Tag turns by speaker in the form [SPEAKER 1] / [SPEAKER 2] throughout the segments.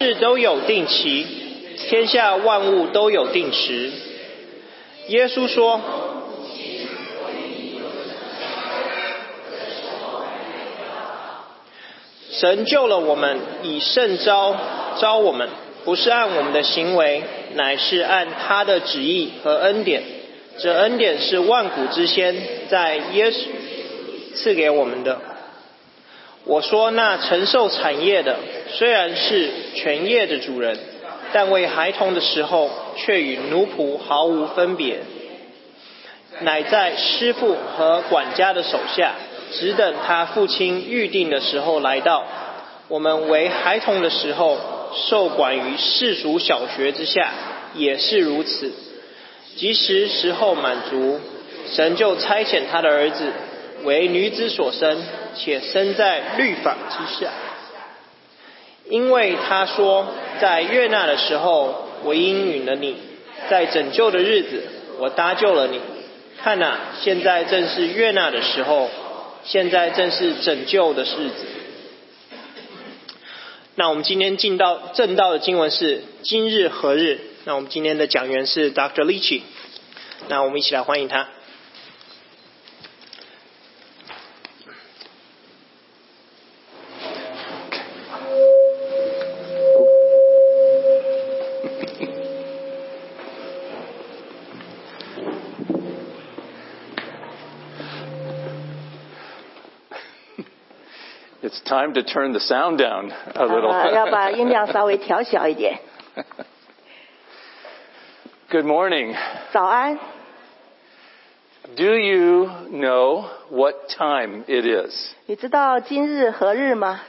[SPEAKER 1] 事都有定期，天下万物都有定时。耶稣说：“神救了我们，以圣招招我们，不是按我们的行为，乃是按他的旨意和恩典。这恩典是万古之先，在耶稣赐给我们的。”我说：“那承受产业的，虽然是全业的主人，但为孩童的时候，却与奴仆毫无分别，乃在师傅和管家的手下，只等他父亲预定的时候来到。我们为孩童的时候，受管于世俗小学之下，也是如此。及时时候满足，神就差遣他的儿子为女子所生，且生在律法之下。因为他说，在悦纳的时候，我应允了你；在拯救的日子，我搭救了你。看呐、现在正是悦纳的时候，现在正是拯救的日子。那我们今天进到正道的经文是今日何日？那我们今天的讲员是 Dr. Lichy，那我们一起来欢迎他。
[SPEAKER 2] It's time to turn the sound down a
[SPEAKER 3] 啊，要把音
[SPEAKER 2] little.
[SPEAKER 3] 量稍微调小一点。
[SPEAKER 2] Good morning.
[SPEAKER 3] 早安，
[SPEAKER 2] Do you know what time it is?
[SPEAKER 3] 你知道今日何日吗？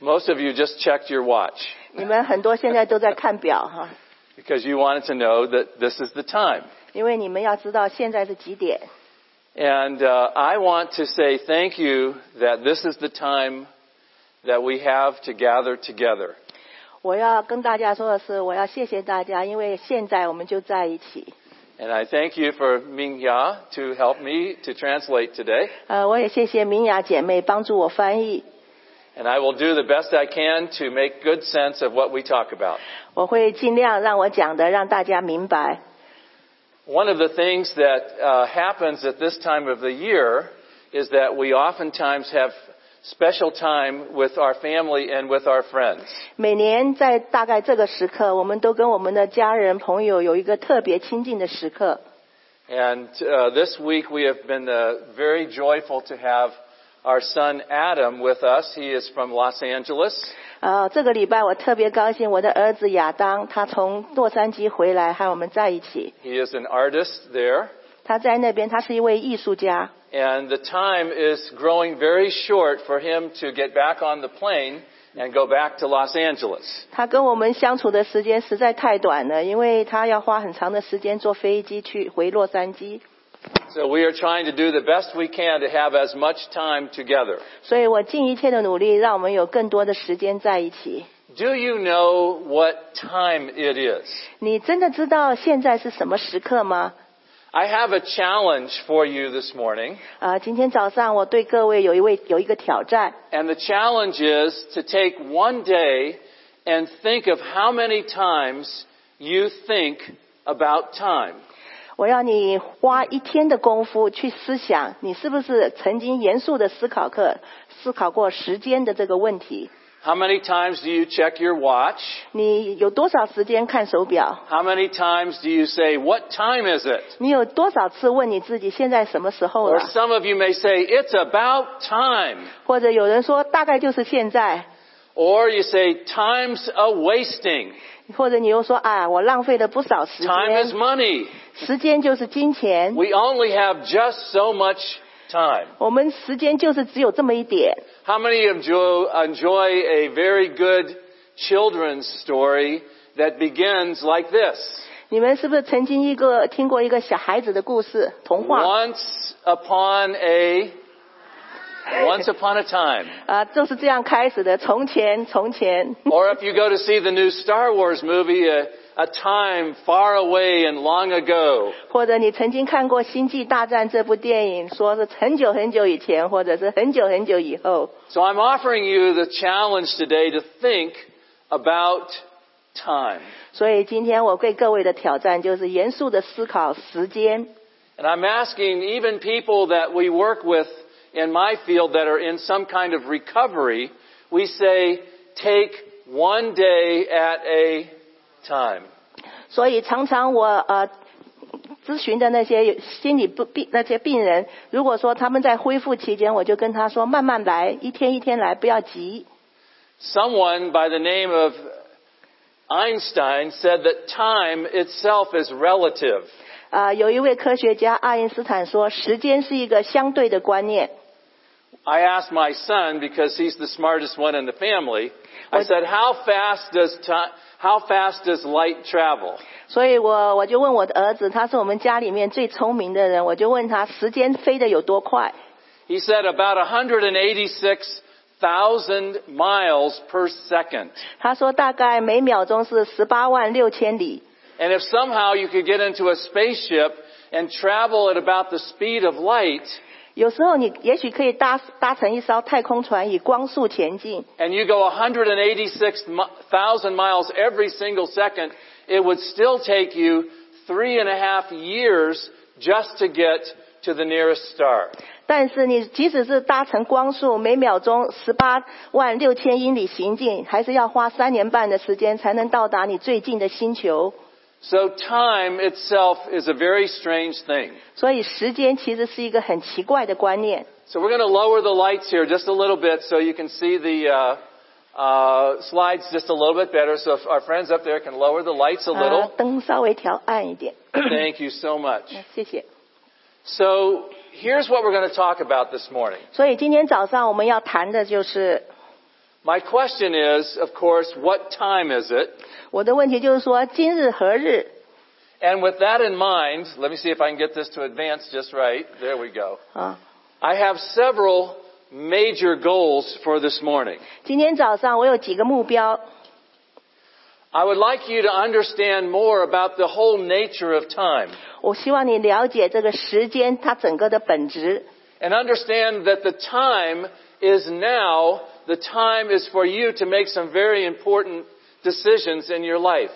[SPEAKER 2] Most of you just checked your watch
[SPEAKER 3] 你们很多现在都在看表哈，
[SPEAKER 2] because you wanted to know that this is the time.
[SPEAKER 3] 因为你们要知道现在是几点。
[SPEAKER 2] And uh, I want to say thank you that this is the time that we have to gather together.
[SPEAKER 3] 我要跟大家说的是，我要谢谢大家，因为现在我们就在一起。
[SPEAKER 2] And I thank you for Mingya to help me to translate today.
[SPEAKER 3] 呃，我也谢谢明雅姐妹帮助我翻译，
[SPEAKER 2] And I will do the best I can to make good sense of what we talk about.
[SPEAKER 3] 我会尽量让我讲的让大家明白。
[SPEAKER 2] One of the things that uh, happens at this time of the year is that we oftentimes have special time with our family and with our friends.
[SPEAKER 3] 每年在大概这个时刻，我们都跟我们的家人朋友有一个特别亲近的时刻。
[SPEAKER 2] And uh, this week we have been uh, very joyful to have our son Adam with us. He is from Los Angeles.
[SPEAKER 3] 呃，这个礼拜我特别高兴，我的儿子亚当他从洛杉矶回来，和我们在一起。
[SPEAKER 2] He is an artist there.
[SPEAKER 3] 他在那边，他是一位艺术家。
[SPEAKER 2] And the time is growing very short for him to get back on the plane and go back to Los Angeles.
[SPEAKER 3] 他跟我们相处的时间实在太短了，因为他要花很长的时间坐飞机去回洛杉矶。
[SPEAKER 2] So we are trying to do the best we can to have as much time together.
[SPEAKER 3] 所以我尽一切的努力，让我们有更多的时间在一起。
[SPEAKER 2] Do you know what time it is?
[SPEAKER 3] 你真的知道现在是什么时刻吗？
[SPEAKER 2] I have a challenge for you this morning,
[SPEAKER 3] 呃，今天早上我对各位有一位有一个挑战，
[SPEAKER 2] and the challenge is to take one day and think of how many times you think about time.
[SPEAKER 3] 我要你花一天的功夫去思想，你是不是曾经严肃的思考课思考过时间的这个问题？
[SPEAKER 2] How many times do you check your watch?
[SPEAKER 3] 你有多少时间看手表？
[SPEAKER 2] How many times do you say, what time is it?
[SPEAKER 3] 你有多少次问你自己现在什么时候
[SPEAKER 2] Or
[SPEAKER 3] 了？
[SPEAKER 2] some of you may say, it's about time.
[SPEAKER 3] 或者有人说大概就是现在，
[SPEAKER 2] Or you say, time's a wasting.
[SPEAKER 3] 或者你又说啊，我浪费了不少时
[SPEAKER 2] Time is
[SPEAKER 3] 间，
[SPEAKER 2] money.
[SPEAKER 3] 时间就是金钱，
[SPEAKER 2] We only have just so much time.
[SPEAKER 3] 我们时间就是只有这么一点。
[SPEAKER 2] How many enjoy, enjoy a very good children's story that begins like this?
[SPEAKER 3] 你们是不是曾经一个听过一个小孩子的故事童话？
[SPEAKER 2] Once upon a, once upon a time.
[SPEAKER 3] 啊，就是这样开始的。从前，从前。
[SPEAKER 2] Or if you go to see the new Star Wars movie, a, a time far away and long ago.
[SPEAKER 3] 或者你曾经看过《星际大战》这部电影，说是很久很久以前，或者是很久很久以后。
[SPEAKER 2] So I'm offering you the challenge today to think about time.
[SPEAKER 3] 所以今天我对各位的挑战就是严肃的思考时间。
[SPEAKER 2] And I'm asking even people that we work with in my field that are in some kind of recovery, we say, take one day at a time.
[SPEAKER 3] 所以常常我呃咨询的那些心理不病那些病人，如果说他们在恢复期间，我就跟他说慢慢来，一天一天来，不要急。
[SPEAKER 2] Someone by the name of Einstein said that time itself is relative.
[SPEAKER 3] 啊、有一位科学家爱因斯坦说，时间是一个相对的观念。
[SPEAKER 2] I asked my son because he's the smartest one in the family. I
[SPEAKER 3] What-
[SPEAKER 2] said, "How fast does time, how fast does light travel?"
[SPEAKER 3] 所以我我就问我的儿子，他是我们家里面最聪明的人，我就问他时间飞得有多快？
[SPEAKER 2] He said about 186,000 miles per second.
[SPEAKER 3] 他说大概每秒钟是十八万六千里。
[SPEAKER 2] And if somehow you could get into a spaceship and travel at about the speed of light,
[SPEAKER 3] 有时候你也许可以搭搭乘一艘太空船，以光速前进。
[SPEAKER 2] and you go 186,000 miles every single second, it would still take you three and a half years just to get to the nearest star.
[SPEAKER 3] 但是你即使是搭乘光速，每秒钟十八万六千英里行进，还是要花三年半的时间才能到达你最近的星球。
[SPEAKER 2] So time itself is a very strange thing.
[SPEAKER 3] 所以时间其实是一个很奇怪的观念。
[SPEAKER 2] So we're going to lower the lights here just a little bit so you can see the uh, uh, slides just a little bit better. So if our friends up there can lower the lights a
[SPEAKER 3] 啊
[SPEAKER 2] little.
[SPEAKER 3] 灯稍微调暗一点，
[SPEAKER 2] Thank you so much.
[SPEAKER 3] 谢谢。
[SPEAKER 2] So here's what we're going to talk about this morning.
[SPEAKER 3] 所以今天早上我们要谈的就是
[SPEAKER 2] My question is, of course, what time is it?
[SPEAKER 3] 我的问题，就是说今日何日？
[SPEAKER 2] And with that in mind, let me see if I can get this to advance just right. There we go.
[SPEAKER 3] 啊，
[SPEAKER 2] I have several major goals for this morning.
[SPEAKER 3] 今天早上我有几个目标，
[SPEAKER 2] I would like you to understand more about the whole nature of time
[SPEAKER 3] 我希望你了解这个时间它整个的本质，
[SPEAKER 2] and understand that the time is now. The time is for you to make some very important decisions in your life.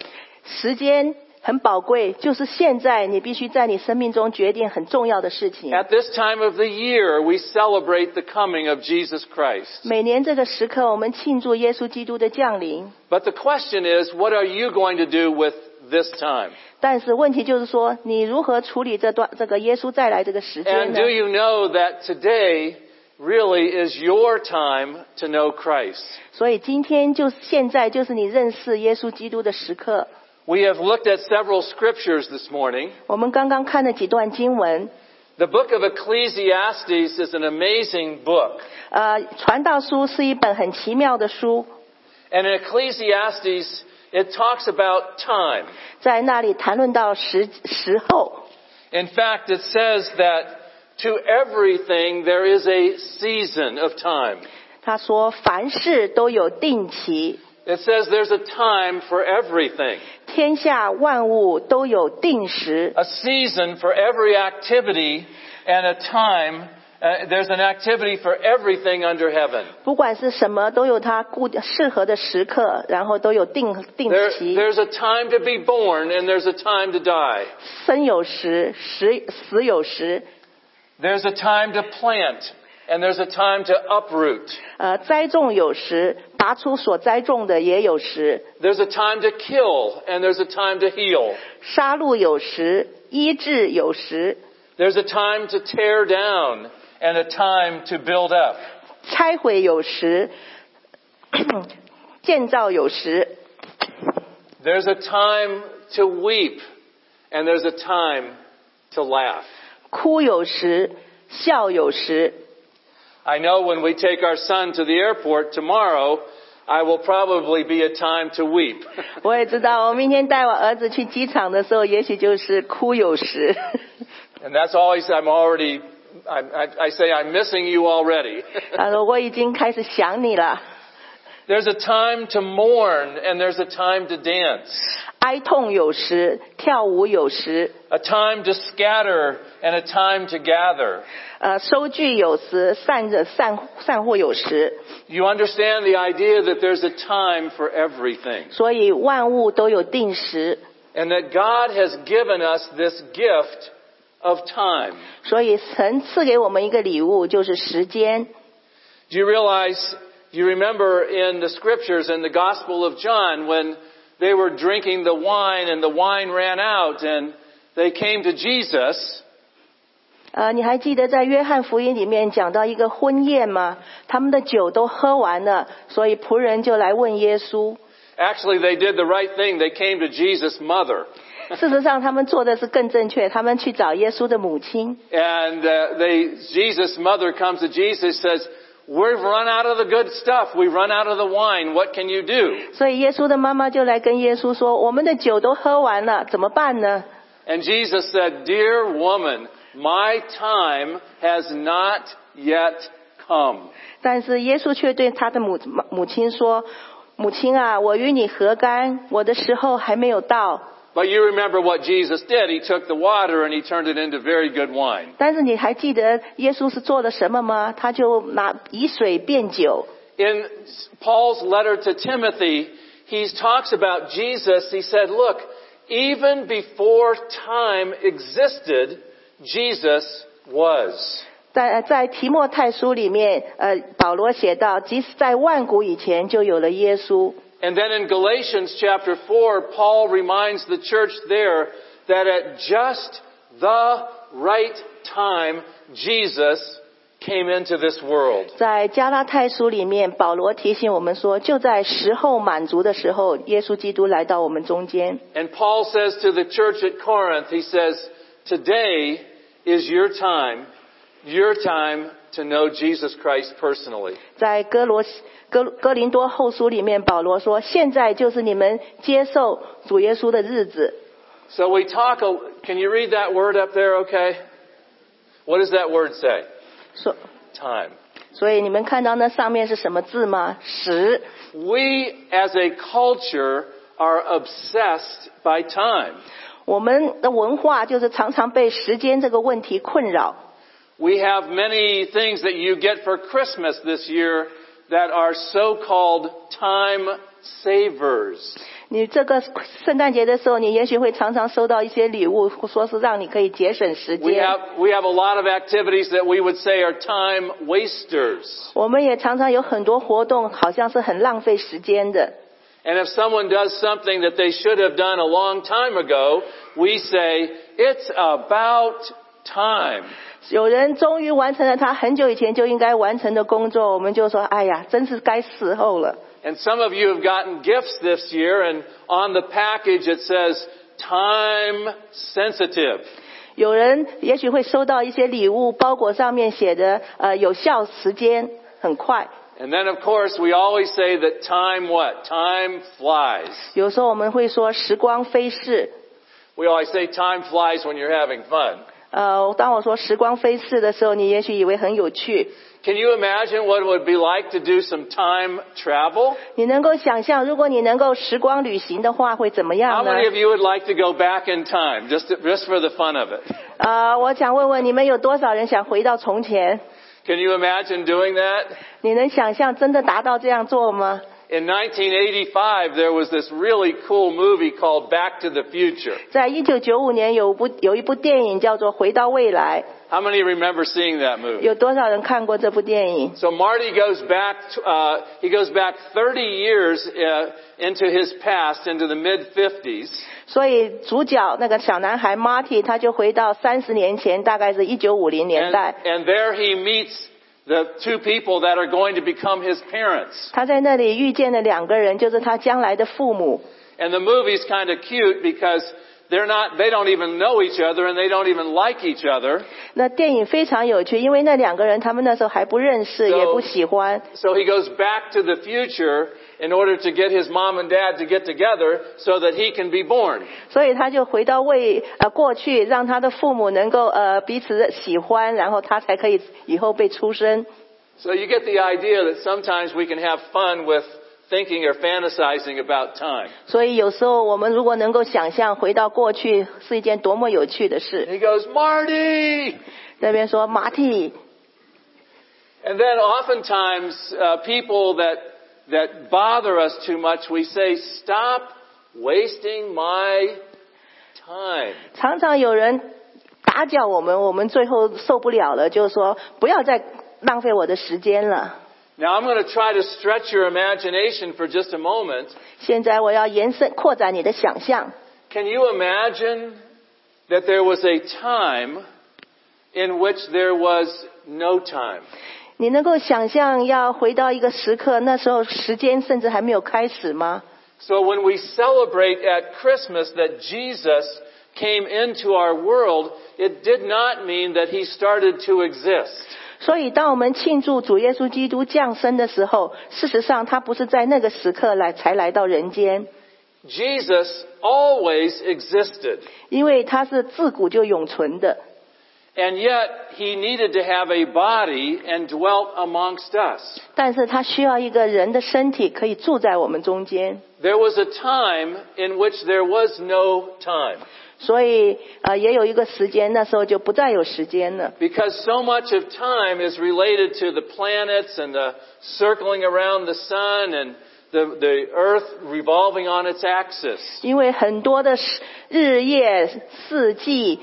[SPEAKER 3] 时间很宝贵，就是现在，你必须在你生命中决定很重要的事情。
[SPEAKER 2] At this time of the year, we celebrate the coming of Jesus Christ.
[SPEAKER 3] 每年这个时刻，我们庆祝耶稣基督的降临。
[SPEAKER 2] But the question is, what are you going to do with this time?
[SPEAKER 3] 但是问题就是说，你如何处理这段这个耶稣再来这个时间
[SPEAKER 2] And
[SPEAKER 3] 呢
[SPEAKER 2] do？you know that today really is your time to know Christ?
[SPEAKER 3] 所以今天就是现在，就是你认识耶稣基督的时刻。
[SPEAKER 2] We have looked at several scriptures this morning.
[SPEAKER 3] 我们刚刚看了几段经文，
[SPEAKER 2] The book of Ecclesiastes is an amazing book.
[SPEAKER 3] 呃，传道书是一本很奇妙的书，
[SPEAKER 2] And in Ecclesiastes, it talks about time.
[SPEAKER 3] 在那里谈论到时时候。
[SPEAKER 2] In fact, it says that to everything there is a season of time.
[SPEAKER 3] 他说，凡事都有定期，
[SPEAKER 2] It says there's a time for everything.
[SPEAKER 3] 天下万物都有定时，
[SPEAKER 2] A season for every activity and a time. Uh, there's an activity for everything under heaven.
[SPEAKER 3] 不管是什么都有它固适合的时刻，然后都有定定
[SPEAKER 2] There,
[SPEAKER 3] 期。
[SPEAKER 2] there's a time to be born and there's a time to die.
[SPEAKER 3] 生有时，时死有时，
[SPEAKER 2] There's a time to plant and there's a time to uproot.
[SPEAKER 3] 呃，栽种有时，拔出所栽种的也有时，
[SPEAKER 2] There's a time to kill and there's a time to heal.
[SPEAKER 3] 杀戮有时，医治有时，
[SPEAKER 2] There's a time to tear down and a time to build up.
[SPEAKER 3] 拆毁有时，建造有时，
[SPEAKER 2] There's a time to weep and there's a time to laugh.
[SPEAKER 3] 哭有时，笑有时。
[SPEAKER 2] I know when we take our son to the airport tomorrow, I will probably be a time to weep.
[SPEAKER 3] 我也知道，我明天带我儿子去机场的时候，也许就是哭有时。
[SPEAKER 2] And that's always, I'm already, I, I, I say I'm missing you already.
[SPEAKER 3] 他说我已经开始想你了。
[SPEAKER 2] There's a time to mourn and there's a time to dance.
[SPEAKER 3] 哀痛有时，跳舞有时，
[SPEAKER 2] A time to scatter and a time to gather.
[SPEAKER 3] 呃，收据有时，散着散散货有时，
[SPEAKER 2] You understand the idea that there's a time for everything.
[SPEAKER 3] 所以万物都有定时。
[SPEAKER 2] And that God has given us this gift of time.
[SPEAKER 3] 所以神赐给我们一个礼物，就是时间。
[SPEAKER 2] Do you realize, do you remember in the scriptures in the Gospel of John when they were drinking the wine and the wine ran out and they came to Jesus
[SPEAKER 3] 呃，你还记得在约翰福音里面讲到一个婚宴吗？他们的酒都喝完了，所以仆人就来问耶稣。
[SPEAKER 2] Actually, they did the right thing. They came to Jesus' mother.
[SPEAKER 3] 事实上，他们做的是更正确，他们去找耶稣的母亲。
[SPEAKER 2] And uh, they, Jesus' mother comes to Jesus says, We've run out of the good stuff. We've run out of the wine. What can you do?
[SPEAKER 3] 所以耶稣的妈妈就来跟耶稣说：“我们的酒都喝完了，怎么办呢
[SPEAKER 2] And Jesus said, Dear woman, my time has not yet come.？”
[SPEAKER 3] 但是耶稣却对他的母母亲说：“母亲啊，我与你何干？我的时候还没有到。
[SPEAKER 2] But you remember what Jesus did. He took the water and he turned it into very good wine. ”
[SPEAKER 3] 但是你还记得耶稣是做了什么吗？他就拿以水变酒。
[SPEAKER 2] In Paul's letter to Timothy, he talks about Jesus. He said, look, even before time existed, Jesus was.
[SPEAKER 3] 在呃在提莫太书里面，呃，保罗写到，即使在万古以前就有了耶稣。
[SPEAKER 2] And then in Galatians chapter 4, Paul reminds the church there that at just the right time, Jesus came into this world.
[SPEAKER 3] 在加拉太书里面，保罗提醒我们说，就在时候满足的时候，耶稣基督来到我们中间。
[SPEAKER 2] And Paul says to the church at Corinth, he says, today is your time, your time to know Jesus Christ personally.
[SPEAKER 3] 在哥罗西哥哥林多后书里面，保罗说，现在就是你们接受主耶稣的日子。
[SPEAKER 2] So we talk, a, can you read that word up there okay? What does that word say?
[SPEAKER 3] 所
[SPEAKER 2] Time.
[SPEAKER 3] 所以你们看到那上面是什么字吗？时。
[SPEAKER 2] We as a culture are obsessed by time.
[SPEAKER 3] 我们的文化就是常常被时间这个问题困扰。
[SPEAKER 2] We have many things that you get for Christmas this year that are so-called time savers.
[SPEAKER 3] 你这个圣诞节的时候，你也许会常常收到一些礼物，说是让你可以节省时
[SPEAKER 2] We
[SPEAKER 3] 间。
[SPEAKER 2] have, we have a lot of activities that we would say are time wasters.
[SPEAKER 3] 我们也常常有很多活动，好像是很浪费时间的。
[SPEAKER 2] And if someone does something that they should have done a long time ago, we say, it's about time.
[SPEAKER 3] 有人终于完成了他很久以前就应该完成的工作，我们就说：“哎呀，真是该时候了。
[SPEAKER 2] And some of you have gotten gifts this year and on the package it says, time sensitive. ”
[SPEAKER 3] 有人也许会收到一些礼物，包裹上面写着“呃，有效时间很快”。
[SPEAKER 2] And then of course we always say that time what? Time flies.
[SPEAKER 3] 有时候我们会说“时光飞逝”。
[SPEAKER 2] We always say time flies when you're having fun.
[SPEAKER 3] 呃，当我说“时光飞逝”的时候，你也许以为很有趣。
[SPEAKER 2] Can you imagine what it would be like to do some time travel?
[SPEAKER 3] 你能够想象，如果你能够时光旅行的话，会怎么
[SPEAKER 2] How
[SPEAKER 3] 样呢？
[SPEAKER 2] many of you would like to go back in time just just for the fun of it?
[SPEAKER 3] 呃，我想问问你们有多少人想回到从前？
[SPEAKER 2] Can you imagine doing that?
[SPEAKER 3] 你能想象真的达到这样做吗？
[SPEAKER 2] In 1985, there was this really cool movie called Back to the Future.
[SPEAKER 3] 在一九九五年有部有一部电影叫做《回到未来
[SPEAKER 2] How many remember seeing that》，movie?
[SPEAKER 3] 有多少人看过这部电影？
[SPEAKER 2] So Marty goes back. t uh, he goes back 30 years uh, into his past, into the mid 50s,
[SPEAKER 3] 所以主角那个小男孩 Marty 他就回到三十年前，大概是一九五零
[SPEAKER 2] and,
[SPEAKER 3] 年代。
[SPEAKER 2] and there he meets the two people that are going to become his parents.
[SPEAKER 3] 他在那里遇见了两个人，就是他将来的父母。
[SPEAKER 2] And the movie's kind of cute because they're not, they don't even know each other and they don't even like each other.
[SPEAKER 3] 那电影非常有趣，因为那两个人他们那时候还不认识，
[SPEAKER 2] So-
[SPEAKER 3] 也不喜欢，
[SPEAKER 2] So he goes back to the future in order to get his mom and dad to get together so that he can be born.
[SPEAKER 3] 所以他就回到未呃过去，让他的父母能够呃彼此喜欢，然后他才可以以后被出生。
[SPEAKER 2] So you get the idea that sometimes we can have fun with thinking or fantasizing about time.
[SPEAKER 3] 所以有时候我们如果能够想象回到过去是一件多么有趣的事。
[SPEAKER 2] And he goes, Marty!
[SPEAKER 3] 这边说马蒂，
[SPEAKER 2] And then oftentimes uh, people that, that bother us too much, we say, stop wasting my time.
[SPEAKER 3] 常常有人打搅我们，我们最后受不了了，就说不要再浪费我的时间了。
[SPEAKER 2] Now I'm going to try to stretch your imagination for just a moment.
[SPEAKER 3] 现在我要延伸扩展你的想象，
[SPEAKER 2] Can you imagine that there was a time in which there was no time?
[SPEAKER 3] 你能够想象要回到一个时刻，那时候时间甚至还没有开始吗？
[SPEAKER 2] So when we celebrate at Christmas that Jesus came into our world, it did not mean that he started to exist.
[SPEAKER 3] 所以，当我们庆祝主耶稣基督降生的时候，事实上他不是在那个时刻来才来到人间，
[SPEAKER 2] Jesus always existed.
[SPEAKER 3] 因为他是自古就永存的。
[SPEAKER 2] And yet, he needed to have a body and dwelt amongst us.
[SPEAKER 3] 但是他需要一个人的身体可以住在我们中间，
[SPEAKER 2] There was a time in which there was no time.
[SPEAKER 3] 所以呃，也有一个时间，那时候就不再有时间了。
[SPEAKER 2] Because so much of time is related to the planets and the circling around the sun and the, the earth revolving on its axis.
[SPEAKER 3] 因为很多的时日夜、四季、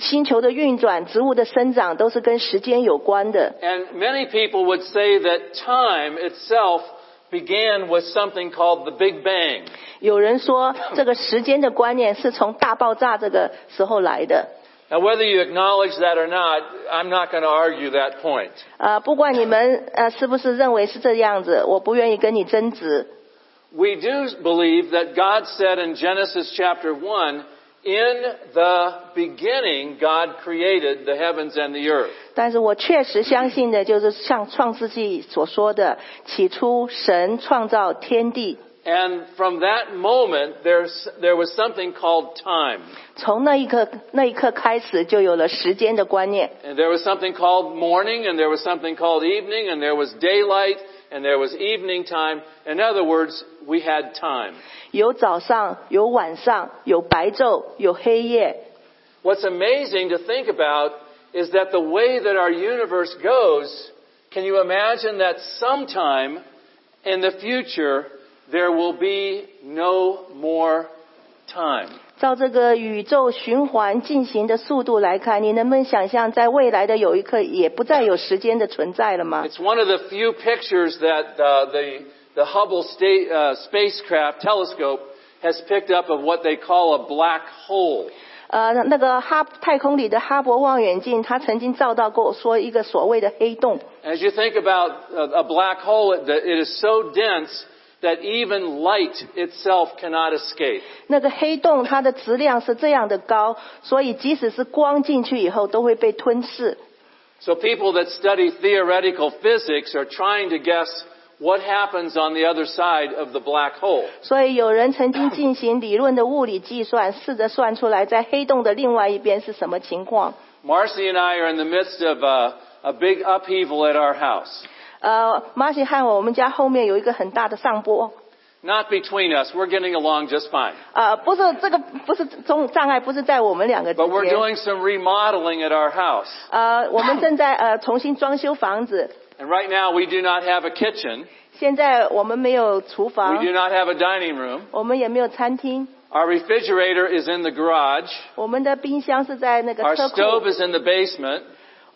[SPEAKER 3] 星球的运转、植物的生长都是跟时间有关的。
[SPEAKER 2] And many people would say that time itself began with something called the Big Bang.
[SPEAKER 3] 有人说，这个时间的观念是从大爆炸这个时候来的。
[SPEAKER 2] Now whether you acknowledge that or not, I'm not going to argue that point.
[SPEAKER 3] 呃，不管你们呃是不是认为是这样子，我不愿意跟你争执。
[SPEAKER 2] We do believe that God said in Genesis chapter 1, in the beginning God created the heavens and the earth.
[SPEAKER 3] 但是我确实相信的，就是像创世纪所说的，起初神创造天地，
[SPEAKER 2] And from that moment, there's, there was something called time.
[SPEAKER 3] 从那一刻那一刻开始，就有了时间的观念。
[SPEAKER 2] And there was something called morning, and there was something called evening, and there was daylight, and there was evening time. In other words, we had time.
[SPEAKER 3] 有早上，有晚上，有白昼，有黑夜。
[SPEAKER 2] What's amazing to think about is that the way that our universe goes, can you imagine that sometime in the future, there will be no more time?
[SPEAKER 3] 照这个宇宙循环进行的速度来看，你能不能想象，在未来的有一刻，也不再有时间的存在了吗？
[SPEAKER 2] It's one of the few pictures that uh, the, the Hubble sta- uh, spacecraft telescope has picked up of what they call a black hole.
[SPEAKER 3] 呃，那个哈太空里的哈勃望远镜，它曾经照到过说一个所谓的黑洞。
[SPEAKER 2] As you think about uh, a, a black hole, it, it is so dense that even light itself cannot escape.
[SPEAKER 3] 那个黑洞它的质量是这样的高，所以即使是光进去以后都会被吞噬。
[SPEAKER 2] So people that study theoretical physics are trying to guess what happens on the other side of the black hole.
[SPEAKER 3] 所以有人曾经进行理论的物理计算，试着算出来在黑洞的另外一边是什么情况。
[SPEAKER 2] Marcy and I are in the midst of a, a big upheaval at our house.
[SPEAKER 3] 呃，马西和我，我们家后面有一个很大的上坡，
[SPEAKER 2] Not between us. We're getting along just fine.
[SPEAKER 3] 呃，不是这个不是中障碍，不是在我们两个之
[SPEAKER 2] But we're
[SPEAKER 3] 间。
[SPEAKER 2] doing some remodeling at our house.
[SPEAKER 3] 呃，我们正在呃重新装修房子，
[SPEAKER 2] And right now we do not have a kitchen.
[SPEAKER 3] 现在我们没有厨
[SPEAKER 2] We
[SPEAKER 3] 房
[SPEAKER 2] do，not have a dining room.
[SPEAKER 3] 我们也没有餐厅，
[SPEAKER 2] Our refrigerator is in the garage.
[SPEAKER 3] 我们的冰箱是在那个
[SPEAKER 2] Our
[SPEAKER 3] 车库，
[SPEAKER 2] stove is in the basement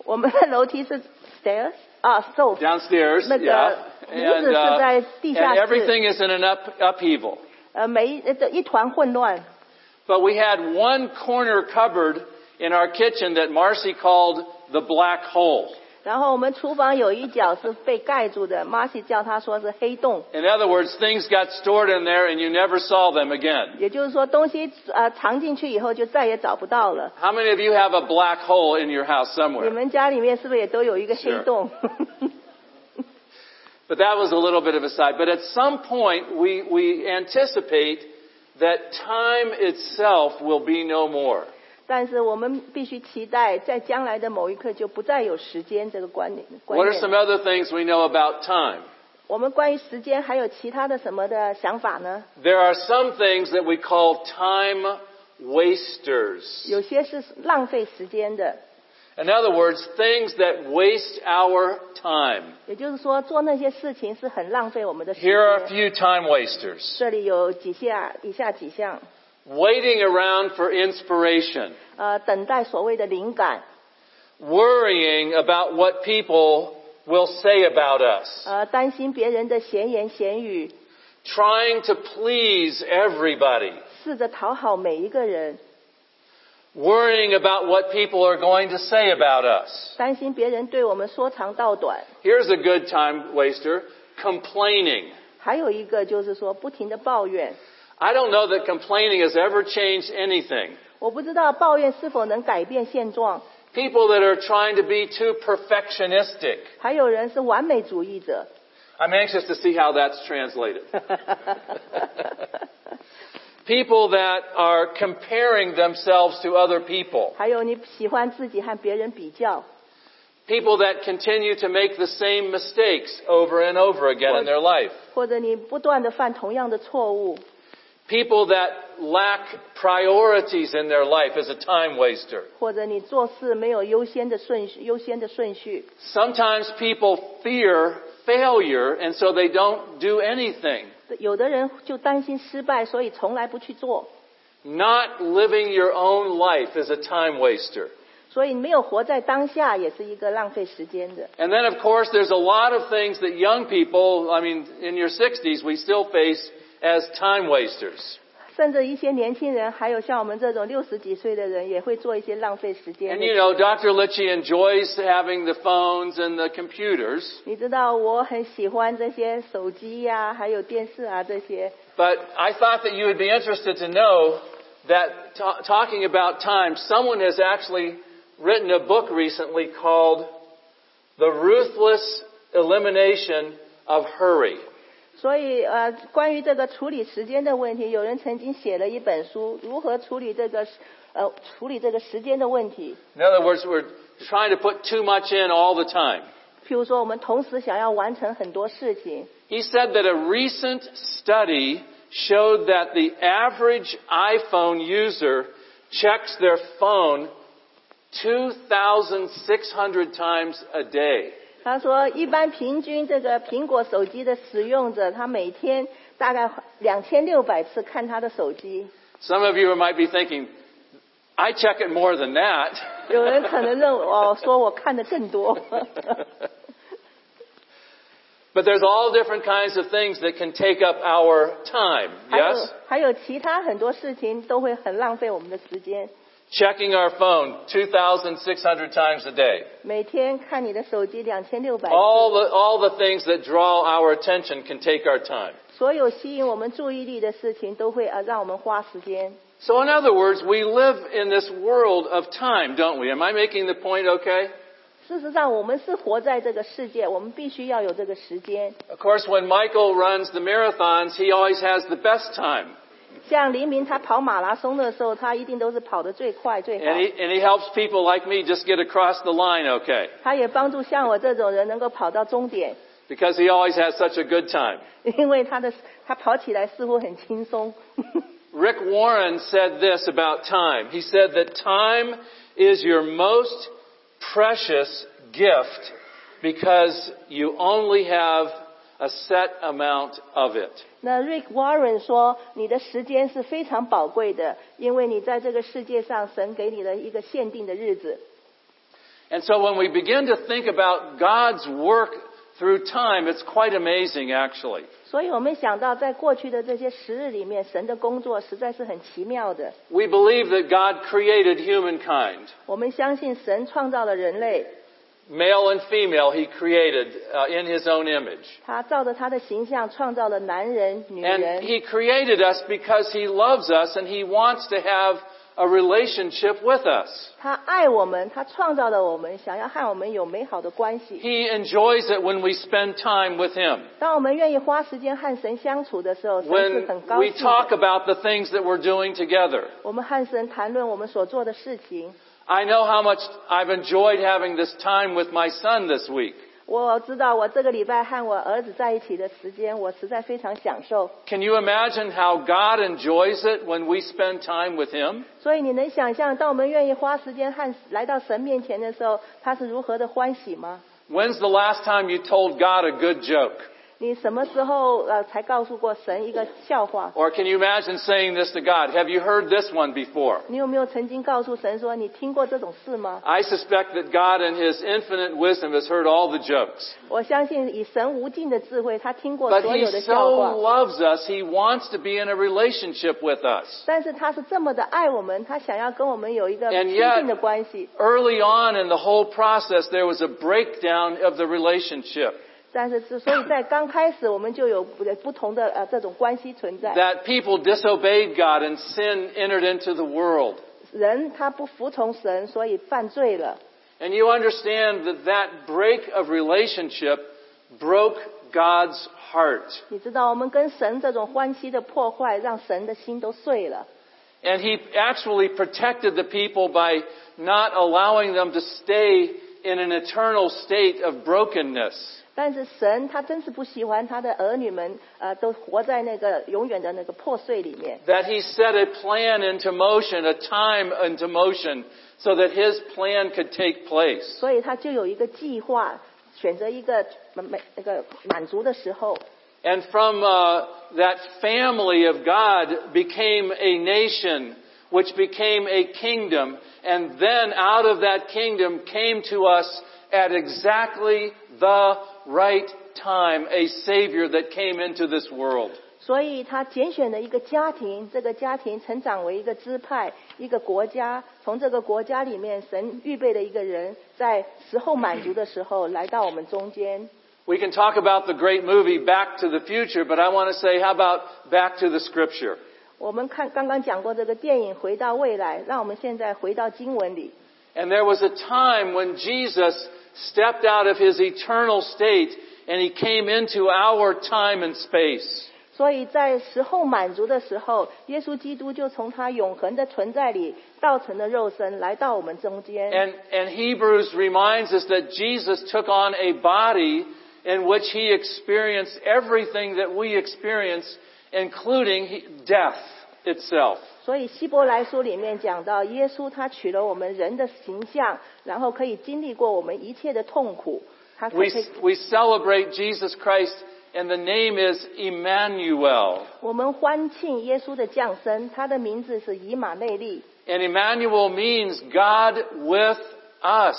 [SPEAKER 3] 我们的楼梯是 stairs 啊 stove，
[SPEAKER 2] downstairs.
[SPEAKER 3] 那个
[SPEAKER 2] Yeah.
[SPEAKER 3] 炉子
[SPEAKER 2] And,
[SPEAKER 3] 是
[SPEAKER 2] uh,
[SPEAKER 3] 在地
[SPEAKER 2] and
[SPEAKER 3] 下室，
[SPEAKER 2] everything is in an up, upheaval.
[SPEAKER 3] 呃，每一呃这一团混乱。
[SPEAKER 2] But we had one corner cupboard in our kitchen that Marcy called the black hole.
[SPEAKER 3] 然后我们厨房有一角是被盖住的，马西叫他说是黑洞。
[SPEAKER 2] In other words, things got stored in there and you never saw them again.
[SPEAKER 3] 也就是说，东西呃藏进去以后就再也找不到了。
[SPEAKER 2] How many of you have a black hole in your house
[SPEAKER 3] 你
[SPEAKER 2] somewhere?
[SPEAKER 3] 们家里面是不是也都有一个黑洞？
[SPEAKER 2] But that was a little bit of a side. But at some point, we, we anticipate that time itself will be no more.
[SPEAKER 3] 但是我们必须期待，在将来的某一刻就不再有时间这个观念。观
[SPEAKER 2] What
[SPEAKER 3] 念
[SPEAKER 2] are some other things we know about time?
[SPEAKER 3] 我们关于时间还有其他的什么的想法呢？
[SPEAKER 2] There are some things that we call time wasters.
[SPEAKER 3] 有些是浪费时间的，
[SPEAKER 2] In other words, things that waste our time.
[SPEAKER 3] 也就是说做那些事情是很浪费我们的时
[SPEAKER 2] Here are a
[SPEAKER 3] 间。
[SPEAKER 2] few time wasters.
[SPEAKER 3] 这里有几下以下几项，
[SPEAKER 2] Waiting around for inspiration.
[SPEAKER 3] 呃，等待所谓的灵感，
[SPEAKER 2] Worrying about what people will say about us.
[SPEAKER 3] 呃，担心别人的闲言闲语，
[SPEAKER 2] Trying to please everybody.
[SPEAKER 3] 试着讨好每一个人，
[SPEAKER 2] Worrying about what people are going to say about us.
[SPEAKER 3] 担心别人对我们说长道短。
[SPEAKER 2] Here's a good time waster. Complaining.
[SPEAKER 3] 还有一个就是说，不停的抱怨。
[SPEAKER 2] I don't know that complaining has ever changed anything.
[SPEAKER 3] 我不知道抱怨是否能改变现状。
[SPEAKER 2] People that are trying to be too perfectionistic.
[SPEAKER 3] 还有人是完美主义者，
[SPEAKER 2] I'm anxious to see how that's translated. people that are comparing themselves to other people.
[SPEAKER 3] 还有你喜欢自己和别人比较，
[SPEAKER 2] People that continue to make the same mistakes over and over again in their life.
[SPEAKER 3] 或者你不断的犯同样的错误。
[SPEAKER 2] People that lack priorities in their life is a time waster.
[SPEAKER 3] 或者你做事没有优先的顺序，优先的顺序。
[SPEAKER 2] Sometimes people fear failure and so they don't do anything.
[SPEAKER 3] 有的人就担心失败，所以从来不去做，
[SPEAKER 2] Not living your own life is a time waster.
[SPEAKER 3] 所以没有活在当下也是一个浪费时间的。
[SPEAKER 2] And then, of course, there's a lot of things that young people, I mean, in your 60s, we still face as time wasters.
[SPEAKER 3] 甚至一些年轻人，还有像我们这种六十几岁的人，也会做一些浪费时间
[SPEAKER 2] And
[SPEAKER 3] 的
[SPEAKER 2] you know, Dr. Litchie enjoys having the phones and the computers,
[SPEAKER 3] 你知道我很喜欢这些手机呀、还有电视啊这些。
[SPEAKER 2] but I thought that you would be interested to know that ta talking about time, someone has actually written a book recently called The Ruthless Elimination of Hurry.
[SPEAKER 3] 所以呃，关于这个处理时间的问题，有人曾经写了一本书，如何处理这个呃处理这个时间的问题。
[SPEAKER 2] In other words, we're trying to put too much in all the time.
[SPEAKER 3] 譬如说，我们同时想要完成很多事情，
[SPEAKER 2] He said that a recent study showed that the average iPhone user checks their phone 2,600 times a day.
[SPEAKER 3] 他说，一般平均这个苹果手机的使用者，他每天大概两千六百次看他的手机。
[SPEAKER 2] Some of you might be thinking, I check it more than
[SPEAKER 3] 有人
[SPEAKER 2] that.
[SPEAKER 3] 可能认为哦，说我看的更多。
[SPEAKER 2] but there's all different kinds of things that can take up our time.
[SPEAKER 3] 还有
[SPEAKER 2] Yes?
[SPEAKER 3] 还有其他很多事情都会很浪费我们的时间。
[SPEAKER 2] Checking our phone 2,600 times a day.
[SPEAKER 3] 每天看你的手机两千六百，
[SPEAKER 2] All the, all the things that draw our attention can take our time.
[SPEAKER 3] 所有吸引我们注意力的事情都会呃让我们花时间。
[SPEAKER 2] So in other words, we live in this world of time, don't we? Am I making the point okay?
[SPEAKER 3] 事实上，我们是活在这个世界，我们必须要有这个时间。
[SPEAKER 2] Of course, when Michael runs the marathons, he always has the best time.
[SPEAKER 3] 像黎明他跑马拉松的时候，他一定都是跑得最快最
[SPEAKER 2] And
[SPEAKER 3] 好。
[SPEAKER 2] he, and he helps people like me just get across the line okay.
[SPEAKER 3] 他也帮助像我这种人能够跑到终点，
[SPEAKER 2] Because he always has such a good time.
[SPEAKER 3] 因为他的他跑起来似乎很轻松。
[SPEAKER 2] Rick Warren said this about time. He said that time is your most precious gift because you only have a set amount of it.
[SPEAKER 3] 那 Rick Warren 说：“你的时间是非常宝贵的，因为你在这个世界上，神给你的一个限定的日子。
[SPEAKER 2] And so when we begin to think about God's work through time, it's quite amazing actually.
[SPEAKER 3] 所以我们想到，在过去的这些时日里面，神的工作实在是很奇妙的。
[SPEAKER 2] We believe that God created humankind.
[SPEAKER 3] 我们相信神创造了人类，
[SPEAKER 2] Male and female, He created uh, in His own image.
[SPEAKER 3] 他照着他的形象创造了男人、女
[SPEAKER 2] And
[SPEAKER 3] 人。
[SPEAKER 2] He created us because He loves us and He wants to have a relationship with us.
[SPEAKER 3] 他爱我们，他创造了我们，想要和我们有美好的关系。
[SPEAKER 2] He enjoys it when we spend time with Him.
[SPEAKER 3] 当我们愿意花时间和神相处的时候，神是
[SPEAKER 2] When
[SPEAKER 3] 很高
[SPEAKER 2] we
[SPEAKER 3] 兴
[SPEAKER 2] talk
[SPEAKER 3] 的。
[SPEAKER 2] about the things that we're doing together.
[SPEAKER 3] 我们和神谈论我们所做的事情。
[SPEAKER 2] I know how much I've enjoyed having this time with my son this week.
[SPEAKER 3] 我知道我这个礼拜和我儿子在一起的时间，我实在非常享受。
[SPEAKER 2] Can you imagine how God enjoys it when we spend time with Him?
[SPEAKER 3] 所以你能想象，当我们愿意花时间和来到神面前的时候，他是如何的欢喜吗？
[SPEAKER 2] When's the last time you told God a good joke?
[SPEAKER 3] 你什么时候呃才告诉过神一个笑话？
[SPEAKER 2] Or can you imagine saying this to God? Have you heard this one before?
[SPEAKER 3] 你有没有曾经告诉神说你听过这种事吗？
[SPEAKER 2] I suspect that God in His infinite wisdom has heard all the jokes.
[SPEAKER 3] 我相信以神无尽的智慧，他听过
[SPEAKER 2] But
[SPEAKER 3] 所有
[SPEAKER 2] He
[SPEAKER 3] 的
[SPEAKER 2] so
[SPEAKER 3] 笑话。
[SPEAKER 2] loves us, He wants to be in a relationship with us.
[SPEAKER 3] 但是他是这么的爱我们，他想要跟我们有一个
[SPEAKER 2] And
[SPEAKER 3] 亲
[SPEAKER 2] yet-
[SPEAKER 3] 近的关系。
[SPEAKER 2] Early on in the whole process, there was a breakdown of the relationship.
[SPEAKER 3] 但是是所以在刚开始我们就有不不同的呃这种关系存在。
[SPEAKER 2] That people disobeyed God and sin entered into the world.
[SPEAKER 3] 人他不服从神，所以犯罪了。
[SPEAKER 2] And you understand that that break of relationship broke God's heart.
[SPEAKER 3] 你知道，我们跟神这种关系的破坏，让神的心都碎了。
[SPEAKER 2] And he actually protected the people by not allowing them to stay in an eternal state of brokenness.
[SPEAKER 3] 但是神他真是不喜欢他的儿女们，呃，都活在那个永远的那个呃破碎里面。
[SPEAKER 2] That he set a plan into motion, a time into motion, so that his plan could take place.
[SPEAKER 3] 所以他就有一个计划，选择一个呃满满那个满足的时候，
[SPEAKER 2] And from uh, that family of God became a nation, which became a kingdom. And then out of that kingdom came to us at exactly the right time a Savior that came into this world.
[SPEAKER 3] 所以他拣选了一个家庭，这个家庭成长为一个支派，一个国家。从这个国家里面，神预备了一个人，在时候满足的时候来到我们中间。
[SPEAKER 2] We can talk about the great movie Back to the Future, but I want to say, how about Back to the Scripture?
[SPEAKER 3] 我们看刚刚讲过这个电影《回到未来》，让我们现在回到经文里。
[SPEAKER 2] And there was a time when Jesus stepped out of his eternal state and he came into our time and space.
[SPEAKER 3] 所以在时候满足的时候，耶稣基督就从他永恒的存在里道成的肉身来到我们中间。
[SPEAKER 2] And, and Hebrews reminds us that Jesus took on a body in which he experienced everything that we experience, including he- death itself.
[SPEAKER 3] 所以希伯来书里面讲到，耶稣他取了我们人的形象，然后可以经历过我们一切的痛苦。他可
[SPEAKER 2] We,
[SPEAKER 3] 以，
[SPEAKER 2] we celebrate Jesus Christ, and the name is Emmanuel.
[SPEAKER 3] 我们欢庆耶稣的降生，他的名字是以马内利，
[SPEAKER 2] And Emmanuel means God with us.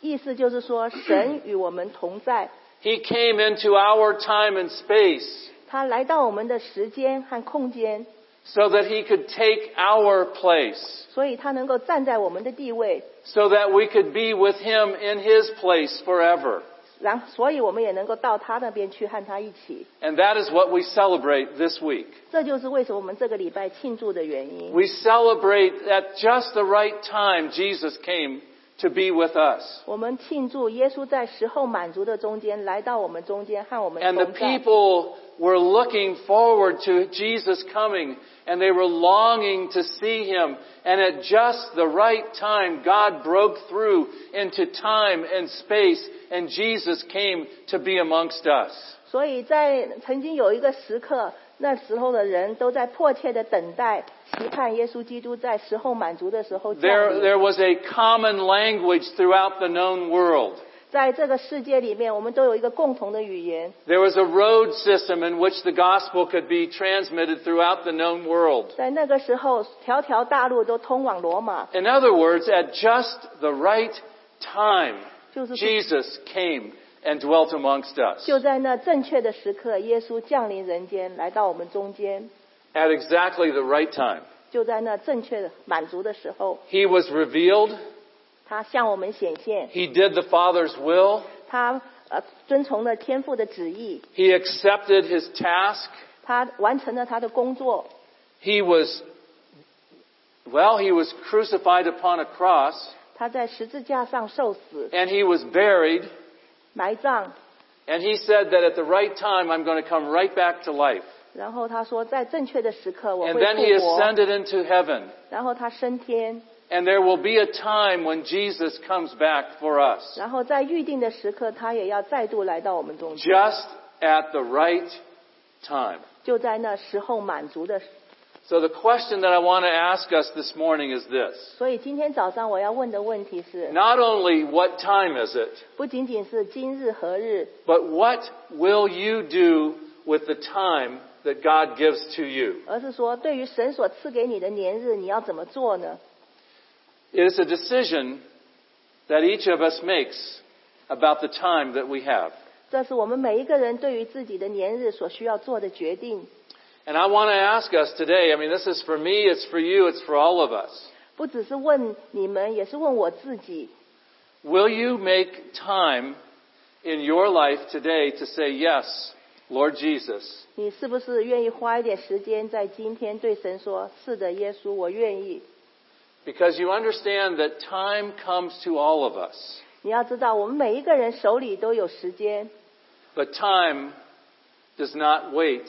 [SPEAKER 3] 意思就是说神与我们同在。
[SPEAKER 2] He came into our time and space
[SPEAKER 3] 他来到我们的时间和空间，
[SPEAKER 2] so that he could take our place,
[SPEAKER 3] 所以他能够站在我们的地位，
[SPEAKER 2] so that we could be with him in his place forever.
[SPEAKER 3] 然所以我们也能够到他那边去和他一起。
[SPEAKER 2] And that is what we celebrate this week.
[SPEAKER 3] 这就是为什么我们这个礼拜庆祝的原因。
[SPEAKER 2] We celebrate at just the right time Jesus came to be with us.
[SPEAKER 3] 我们庆祝耶稣在时候满足的中间来到我们中间和我们
[SPEAKER 2] And
[SPEAKER 3] 同
[SPEAKER 2] the
[SPEAKER 3] 在。
[SPEAKER 2] people were looking forward to Jesus coming and they were longing to see him. And at just the right time, God broke through into time and space and Jesus came to be amongst us.
[SPEAKER 3] 所以在曾经有一个时刻，那时候的人都在迫切的等待、期盼耶稣基督在时候满足的时候降
[SPEAKER 2] There,
[SPEAKER 3] 临。
[SPEAKER 2] there was a common language throughout the known world.
[SPEAKER 3] 在这个世界里面，我们都有一个共同的语言，
[SPEAKER 2] There was a road system in which the gospel could be transmitted throughout the known world.
[SPEAKER 3] 在那个时候，条条大路都通往罗马，
[SPEAKER 2] In other words, at just the right time,
[SPEAKER 3] 就是说
[SPEAKER 2] Jesus came and dwelt amongst us.
[SPEAKER 3] 就在那正确的时刻，耶稣降临人间，来到我们中间。
[SPEAKER 2] At exactly the right time.
[SPEAKER 3] 就在那正确的满足的时候，
[SPEAKER 2] He was revealed.
[SPEAKER 3] 他向我们显现，
[SPEAKER 2] He did the Father's will.
[SPEAKER 3] 他呃遵从了天父的旨意，
[SPEAKER 2] He accepted his task.
[SPEAKER 3] 他完成了他的工作，
[SPEAKER 2] He was, well, he was crucified upon a cross
[SPEAKER 3] 他在十字架上受死、
[SPEAKER 2] and he was buried.
[SPEAKER 3] 埋葬，
[SPEAKER 2] And he said that at the right time, I'm going to come right back to life.
[SPEAKER 3] 然后他说在正确的时刻我会
[SPEAKER 2] And then he
[SPEAKER 3] 复活，
[SPEAKER 2] ascended into heaven.
[SPEAKER 3] 然后他升天，
[SPEAKER 2] And there will be a time when Jesus comes back for us,
[SPEAKER 3] 然后在预定的时刻，他也要再度来到我们中间，
[SPEAKER 2] just at the right time.
[SPEAKER 3] 就在那时候满足的时。
[SPEAKER 2] So the question that I want to ask us this morning is this.
[SPEAKER 3] 所以今天早上我要问的问题是，
[SPEAKER 2] Not only what time is it,
[SPEAKER 3] 不仅仅是今日何日，
[SPEAKER 2] but what will you do with the time that God gives to you?
[SPEAKER 3] 而是说对于神所赐给你的年日，你要怎么做呢？
[SPEAKER 2] It is a decision that each of us makes about the time that we have.
[SPEAKER 3] 这是我们每一个人对于自己的年日所需要做的决定。
[SPEAKER 2] And I want to ask us today, I mean, this is for me, it's for you, it's for all of us.
[SPEAKER 3] 不只是问你们，也是问我自己。
[SPEAKER 2] Will you make time in your life today to say, yes, Lord Jesus,
[SPEAKER 3] 你是不是愿意花一点时间在今天对神说：“是的，耶稣，我愿意。
[SPEAKER 2] Because you understand that time comes to all of us, ”
[SPEAKER 3] 你要知道，我们每一个人手里都有时间，
[SPEAKER 2] but time does not wait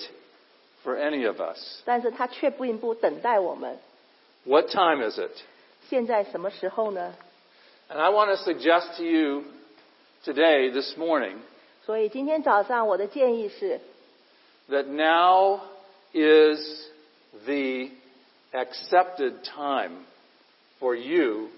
[SPEAKER 2] for any of us.
[SPEAKER 3] 但是他却并不等待我们。
[SPEAKER 2] What time is it?
[SPEAKER 3] 现在什么时候呢？
[SPEAKER 2] And I want to suggest to you today, this morning,
[SPEAKER 3] 所以今天早上我的建议是，
[SPEAKER 2] that now is the accepted time for you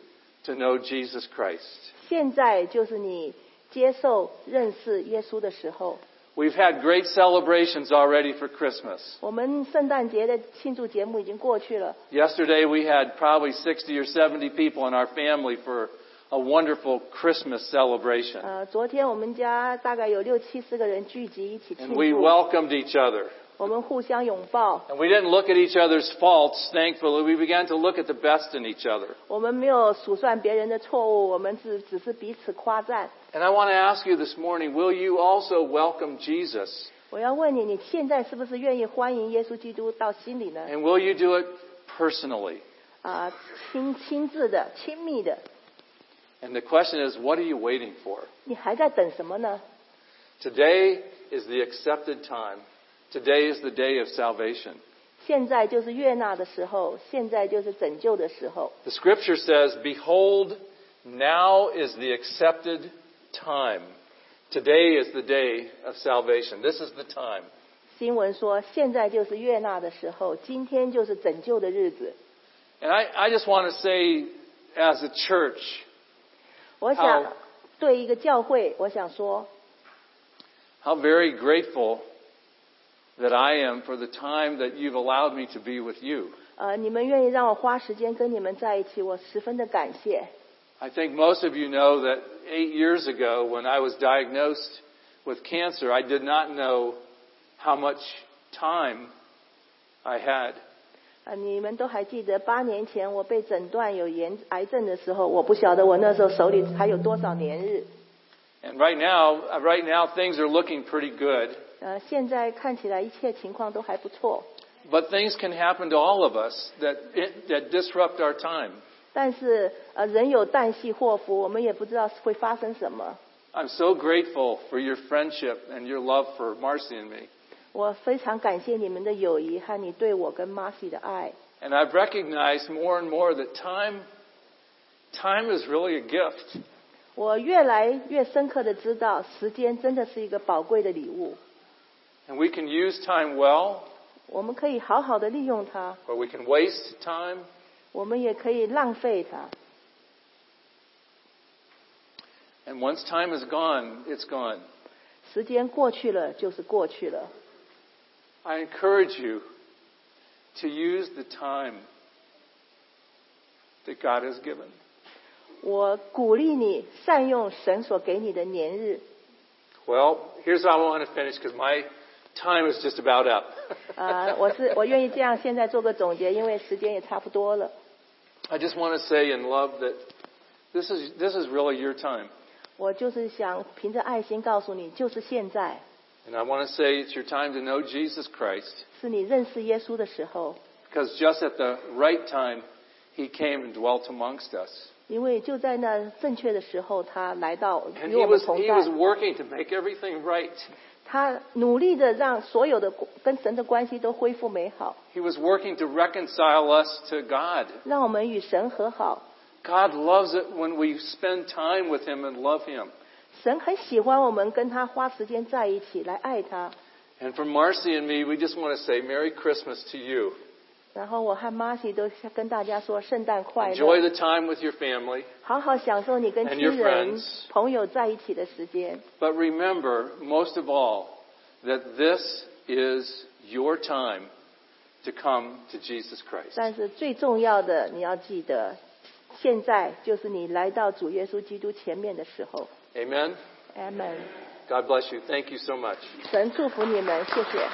[SPEAKER 2] to know Jesus Christ.
[SPEAKER 3] 现在就是你接受认识耶稣的时候。
[SPEAKER 2] We've had great celebrations already for Christmas.
[SPEAKER 3] 我们圣诞节的庆祝节目已经过去了，
[SPEAKER 2] Yesterday we had probably 60 or 70 people in our family for a wonderful Christmas celebration.
[SPEAKER 3] 呃，昨天我们家大概有六七十个人聚集一起庆
[SPEAKER 2] And we
[SPEAKER 3] 祝，
[SPEAKER 2] welcomed each other.
[SPEAKER 3] 我们互相拥抱，
[SPEAKER 2] And we didn't look at each other's faults, thankfully. We began to look at the best in each other.
[SPEAKER 3] 我们没有数算别人的错误，我们只只是彼此夸赞。
[SPEAKER 2] And I want to ask you this morning, will you also welcome Jesus?
[SPEAKER 3] 我要问你，你现在是不是愿意欢迎耶稣基督到心里呢？
[SPEAKER 2] And will you do it personally?
[SPEAKER 3] 啊、亲亲自的、亲密的，
[SPEAKER 2] And the question is, what are you waiting for?
[SPEAKER 3] 你还在等什么呢？
[SPEAKER 2] Today is the accepted time. Today is the day of salvation.
[SPEAKER 3] 现在就是悦纳的时候，现在就是拯救的时候。
[SPEAKER 2] The scripture says, Behold, now is the accepted time. Today is the day of salvation. This is the time.
[SPEAKER 3] 新闻说，现在就是悦纳的时候，今天就是拯救的日子。
[SPEAKER 2] And I, I just want to say, as a church,
[SPEAKER 3] 我
[SPEAKER 2] 好
[SPEAKER 3] 想对一个教会，我想说，
[SPEAKER 2] how very grateful that I am for the time that you've allowed me to be with you.
[SPEAKER 3] 呃，你们愿意让我花时间跟你们在一起，我十分的感谢。
[SPEAKER 2] I think most of you know that eight years ago, when I was diagnosed with cancer, I did not know how much time I had.
[SPEAKER 3] 呃，你们都还记得八年前我被诊断有炎癌症的时候，我不晓得我那时候手里还有多少年日。
[SPEAKER 2] And right now, uh, right now things are looking pretty good,
[SPEAKER 3] 呃，现在看起来一切情况都还不错，
[SPEAKER 2] but things can happen to all of us that it, that disrupt our time.
[SPEAKER 3] 但是呃，人有旦夕祸福，我们也不知道会发生什么。
[SPEAKER 2] I'm so grateful for your friendship and your love for Marcy and me.
[SPEAKER 3] 我非常感谢你们的友谊和你对我跟 Marcy 的爱。
[SPEAKER 2] And I've recognized more and more that time time is really a gift.
[SPEAKER 3] 我越来越深刻的知道，时间真的是一个宝贵的礼物，
[SPEAKER 2] And we can use time well
[SPEAKER 3] 我们可以好好的利用它，
[SPEAKER 2] or we can waste time.
[SPEAKER 3] 我们也可以浪费它。
[SPEAKER 2] And once time is gone, it's gone.
[SPEAKER 3] 时间过去了就是过去了，
[SPEAKER 2] I encourage you to use the time that God has given.
[SPEAKER 3] 我鼓励你善用神所给你的年日。
[SPEAKER 2] Well, here's how I want to finish because my time is just about up.
[SPEAKER 3] 啊，我是我愿意这样，现在做个总结，因为时间也差不多了。
[SPEAKER 2] I just want to say in love that this is, this is really your time.
[SPEAKER 3] 我就是想凭着爱心告诉你，就是现在，
[SPEAKER 2] And I want to say it's your time to know Jesus Christ
[SPEAKER 3] 是你认识耶稣的时候，
[SPEAKER 2] because just at the right time, He came and dwelt amongst us.
[SPEAKER 3] 因为就在那正确的时候，他来到
[SPEAKER 2] And
[SPEAKER 3] 与
[SPEAKER 2] He
[SPEAKER 3] 我们
[SPEAKER 2] was,
[SPEAKER 3] 同
[SPEAKER 2] he
[SPEAKER 3] 在
[SPEAKER 2] was。working to make everything right.
[SPEAKER 3] 他努力的让所有的跟神的关系都恢复美好，
[SPEAKER 2] He was working to reconcile us to God.
[SPEAKER 3] 让我们与神和好。
[SPEAKER 2] God loves it when we spend time with Him and love Him.
[SPEAKER 3] 神很喜欢我们跟他花时间在一起，来爱他。
[SPEAKER 2] And for Marcy and me, we just want to say Merry Christmas to you.
[SPEAKER 3] 然后我和 Marcy 都跟大家说圣诞快
[SPEAKER 2] Enjoy the
[SPEAKER 3] 乐，
[SPEAKER 2] time with your family.
[SPEAKER 3] 好好享受你跟
[SPEAKER 2] And
[SPEAKER 3] 亲
[SPEAKER 2] your
[SPEAKER 3] 人
[SPEAKER 2] friends.、
[SPEAKER 3] 朋友在一起的时间。
[SPEAKER 2] But remember, most of all, that this is your time to come to Jesus Christ.
[SPEAKER 3] 但是最重要的，你要记得，现在就是你来到主耶稣基督前面的时候。
[SPEAKER 2] Amen.
[SPEAKER 3] Amen。
[SPEAKER 2] God bless you. Thank you so much.
[SPEAKER 3] 神祝福你们，谢谢。